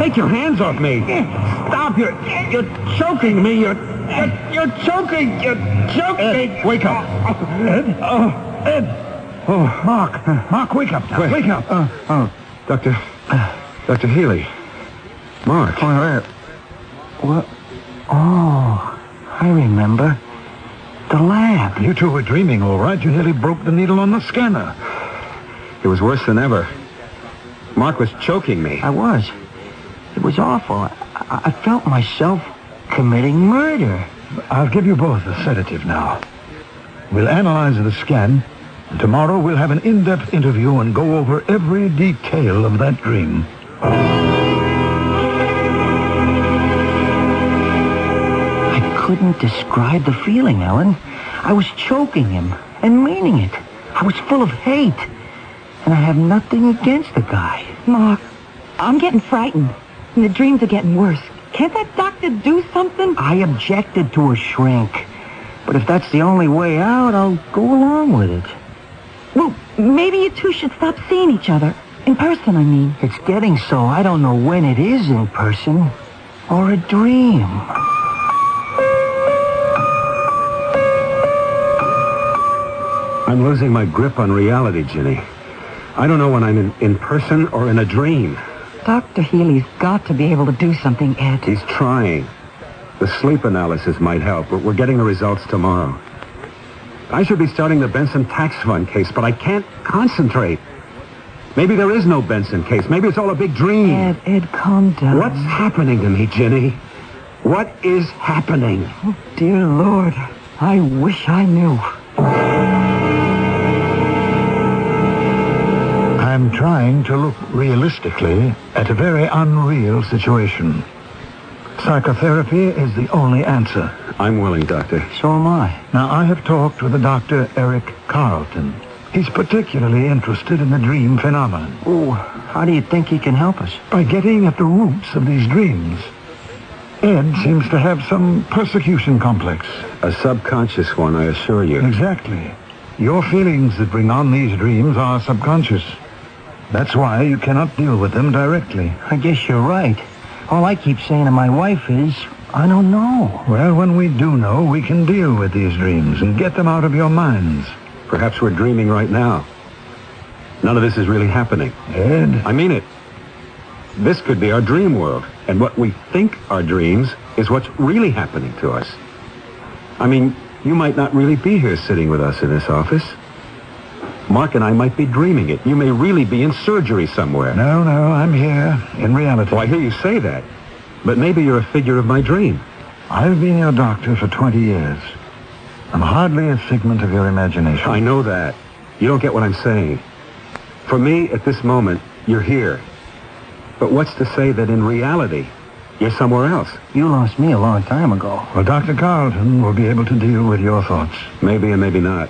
Speaker 3: Take your hands off me. Stop. You're, you're choking me. You're, you're, you're choking. You're choking.
Speaker 5: Uh,
Speaker 3: Ed, wake up. Ed? Oh, Ed. Oh, Mark. Mark, wake up. Now. Wake up. Uh, oh. Doctor. Dr. Healy. Mark.
Speaker 5: All right. What? Oh, I remember. The lab.
Speaker 11: You two were dreaming, all right. You nearly broke the needle on the scanner.
Speaker 3: It was worse than ever. Mark was choking me.
Speaker 5: I was. It was awful. I, I- I felt myself committing murder.
Speaker 11: I'll give you both a sedative now. We'll analyze the scan. and Tomorrow we'll have an in-depth interview and go over every detail of that dream.
Speaker 5: I couldn't describe the feeling, Ellen. I was choking him and meaning it. I was full of hate. And I have nothing against the guy.
Speaker 18: Mark, I'm getting frightened. And the dreams are getting worse. Can't that doctor do something?
Speaker 5: I objected to a shrink. But if that's the only way out, I'll go along with it.
Speaker 18: Well, maybe you two should stop seeing each other. In person, I mean.
Speaker 5: It's getting so I don't know when it is in person or a dream.
Speaker 3: I'm losing my grip on reality, Ginny. I don't know when I'm in, in person or in a dream.
Speaker 7: Dr. Healy's got to be able to do something, Ed.
Speaker 3: He's trying. The sleep analysis might help, but we're getting the results tomorrow. I should be starting the Benson tax fund case, but I can't concentrate. Maybe there is no Benson case. Maybe it's all a big dream.
Speaker 7: Ed, Ed, calm down.
Speaker 3: What's happening to me, Ginny? What is happening?
Speaker 7: Oh, dear Lord. I wish I knew.
Speaker 11: I'm trying to look realistically at a very unreal situation. Psychotherapy is the only answer.
Speaker 3: I'm willing, Doctor.
Speaker 11: So am I. Now, I have talked with the Dr. Eric Carlton. He's particularly interested in the dream phenomenon. Oh, how do you think he can help us? By getting at the roots of these dreams. Ed seems to have some persecution complex.
Speaker 3: A subconscious one, I assure you.
Speaker 11: Exactly. Your feelings that bring on these dreams are subconscious. That's why you cannot deal with them directly.
Speaker 5: I guess you're right. All I keep saying to my wife is, I don't know.
Speaker 11: Well, when we do know, we can deal with these dreams and get them out of your minds.
Speaker 3: Perhaps we're dreaming right now. None of this is really happening.
Speaker 11: Ed?
Speaker 3: I mean it. This could be our dream world, and what we think are dreams is what's really happening to us. I mean, you might not really be here sitting with us in this office. Mark and I might be dreaming it. You may really be in surgery somewhere.
Speaker 11: No, no, I'm here in reality.
Speaker 3: Oh, I hear you say that. But maybe you're a figure of my dream.
Speaker 11: I've been your doctor for 20 years. I'm hardly a figment of your imagination.
Speaker 3: I know that. You don't get what I'm saying. For me, at this moment, you're here. But what's to say that in reality, you're somewhere else?
Speaker 5: You lost me a long time ago.
Speaker 11: Well, Dr. Carlton will be able to deal with your thoughts.
Speaker 3: Maybe and maybe not.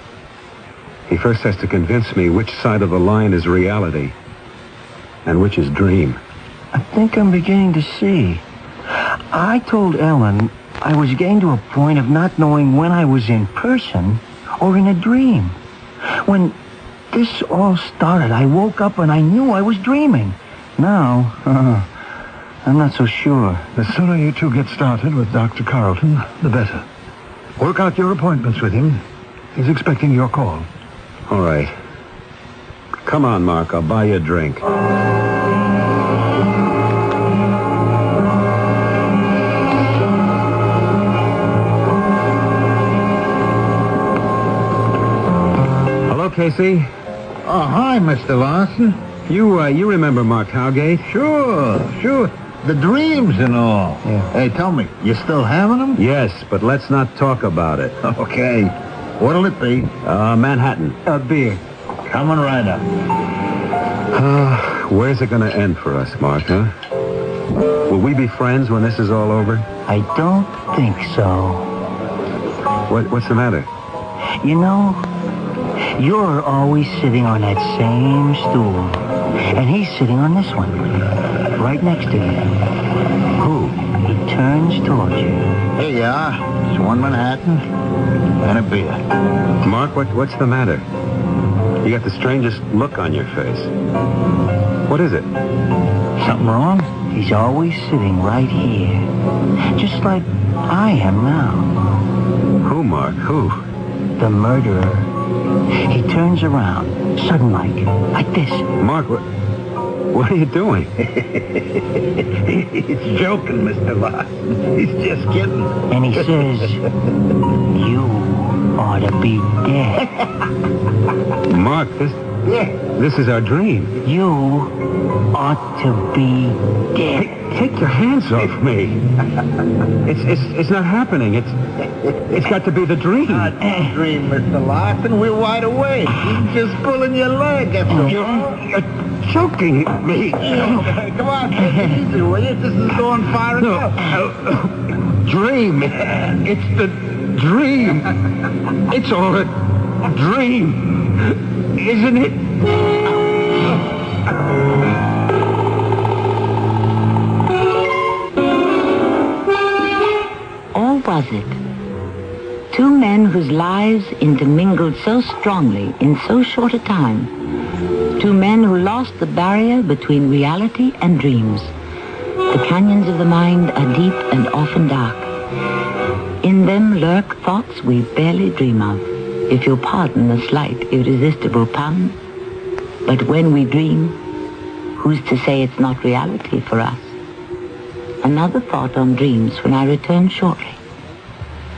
Speaker 3: He first has to convince me which side of the line is reality and which is dream.
Speaker 5: I think I'm beginning to see. I told Ellen I was getting to a point of not knowing when I was in person or in a dream. When this all started, I woke up and I knew I was dreaming. Now, uh, I'm not so sure.
Speaker 11: The sooner you two get started with Dr. Carlton, the better. Work out your appointments with him. He's expecting your call.
Speaker 3: All right. Come on, Mark. I'll buy you a drink. Hello, Casey.
Speaker 26: Oh, hi, Mr. Larson.
Speaker 3: You, uh, you remember Mark Howgate?
Speaker 26: Sure, sure. The dreams and all. Hey, tell me, you still having them?
Speaker 3: Yes, but let's not talk about it.
Speaker 26: Okay. What'll it be?
Speaker 3: Uh, Manhattan.
Speaker 26: A beer. Coming right up.
Speaker 3: Uh, where's it going to end for us, Mark, huh? Will we be friends when this is all over?
Speaker 5: I don't think so.
Speaker 3: What, what's the matter?
Speaker 5: You know, you're always sitting on that same stool. And he's sitting on this one. Right next to you. Who? He turns towards you.
Speaker 26: Here you are. It's one Manhattan and a beer.
Speaker 3: Mark, what, what's the matter? You got the strangest look on your face. What is it?
Speaker 5: Something wrong? He's always sitting right here. Just like I am now.
Speaker 3: Who, Mark? Who?
Speaker 5: The murderer. He turns around, sudden like, like this.
Speaker 3: Mark, what, what are you doing?
Speaker 26: He's joking, Mr. Larson. He's just kidding.
Speaker 5: And he says, you ought to be dead.
Speaker 3: Mark, this, this is our dream.
Speaker 5: You ought to be dead.
Speaker 3: Take your hands off me. It's, it's, it's not happening. It's, it's got to be the dream.
Speaker 26: Not dream, Mr. Larson. We're wide awake. You're just pulling your leg after
Speaker 3: You're, you're choking me.
Speaker 26: Come on, take it easy, will you? This is going far enough.
Speaker 3: Dream. It's the dream. It's all a dream, isn't it?
Speaker 2: Or was it? Two men whose lives intermingled so strongly in so short a time. Two men who lost the barrier between reality and dreams. The canyons of the mind are deep and often dark. In them lurk thoughts we barely dream of, if you'll pardon the slight irresistible pun. But when we dream, who's to say it's not reality for us? Another thought on dreams when I return shortly.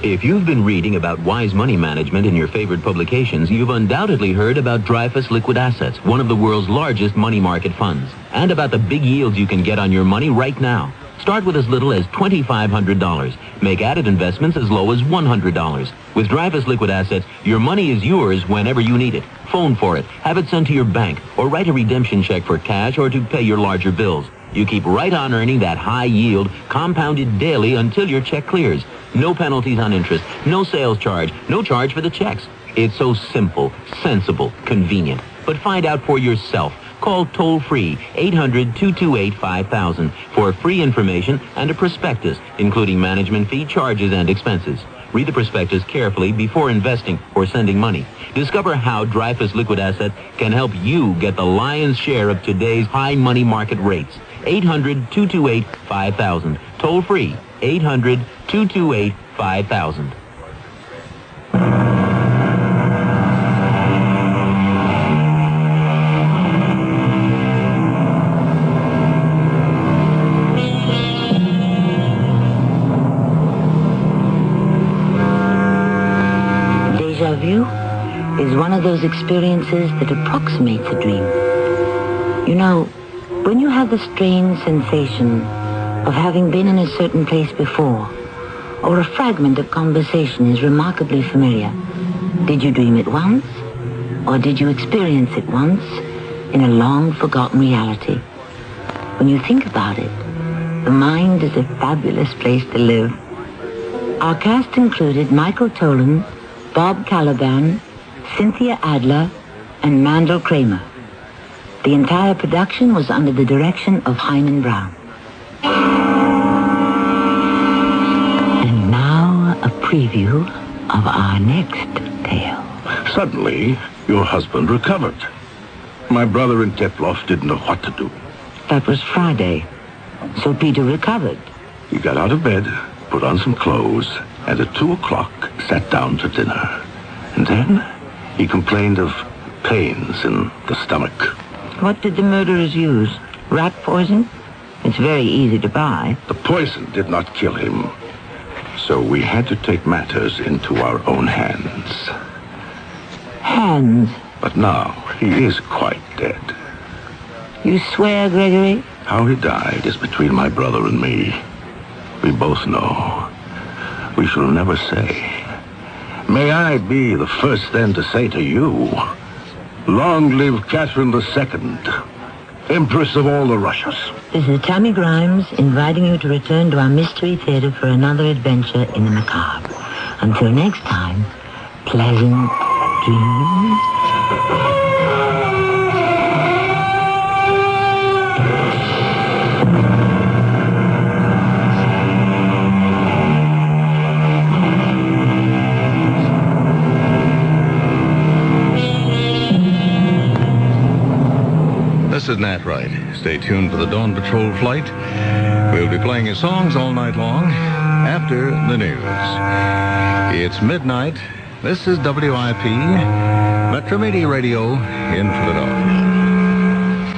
Speaker 27: If you've been reading about wise money management in your favorite publications, you've undoubtedly heard about Dreyfus Liquid Assets, one of the world's largest money market funds, and about the big yields you can get on your money right now. Start with as little as $2,500. Make added investments as low as $100. With Dreyfus Liquid Assets, your money is yours whenever you need it. Phone for it, have it sent to your bank, or write a redemption check for cash or to pay your larger bills. You keep right on earning that high yield, compounded daily until your check clears. No penalties on interest, no sales charge, no charge for the checks. It's so simple, sensible, convenient. But find out for yourself. Call toll free 800-228-5000 for free information and a prospectus, including management fee charges and expenses. Read the prospectus carefully before investing or sending money. Discover how Dreyfus Liquid Asset can help you get the lion's share of today's high money market rates. 800-228-5000. Toll free 800-228-5000.
Speaker 2: Deja vu is one of those experiences that approximates a dream. You know, when you have the strange sensation of having been in a certain place before, or a fragment of conversation is remarkably familiar, did you dream it once, or did you experience it once in a long forgotten reality? When you think about it, the mind is a fabulous place to live. Our cast included Michael Tolan, Bob Caliban, Cynthia Adler, and Mandel Kramer. The entire production was under the direction of Hyman Brown. And now a preview of our next tale.
Speaker 1: Suddenly, your husband recovered. My brother and Teploff didn't know what to do.
Speaker 2: That was Friday. So Peter recovered.
Speaker 1: He got out of bed, put on some clothes, and at two o'clock sat down to dinner. And then he complained of pains in the stomach.
Speaker 2: What did the murderers use? Rat poison? It's very easy to buy.
Speaker 1: The poison did not kill him. So we had to take matters into our own hands.
Speaker 2: Hands.
Speaker 1: But now he is quite dead.
Speaker 2: You swear, Gregory?
Speaker 1: How he died is between my brother and me. We both know. We shall never say. May I be the first then to say to you, long live Catherine II, Empress of all the Russias.
Speaker 2: This is Tammy Grimes inviting you to return to our Mystery Theater for another adventure in the macabre. Until next time, pleasant dreams.
Speaker 28: This is Nat Wright. Stay tuned for the Dawn Patrol flight. We'll be playing his songs all night long after the news. It's midnight. This is WIP, Metro Media Radio in Philadelphia.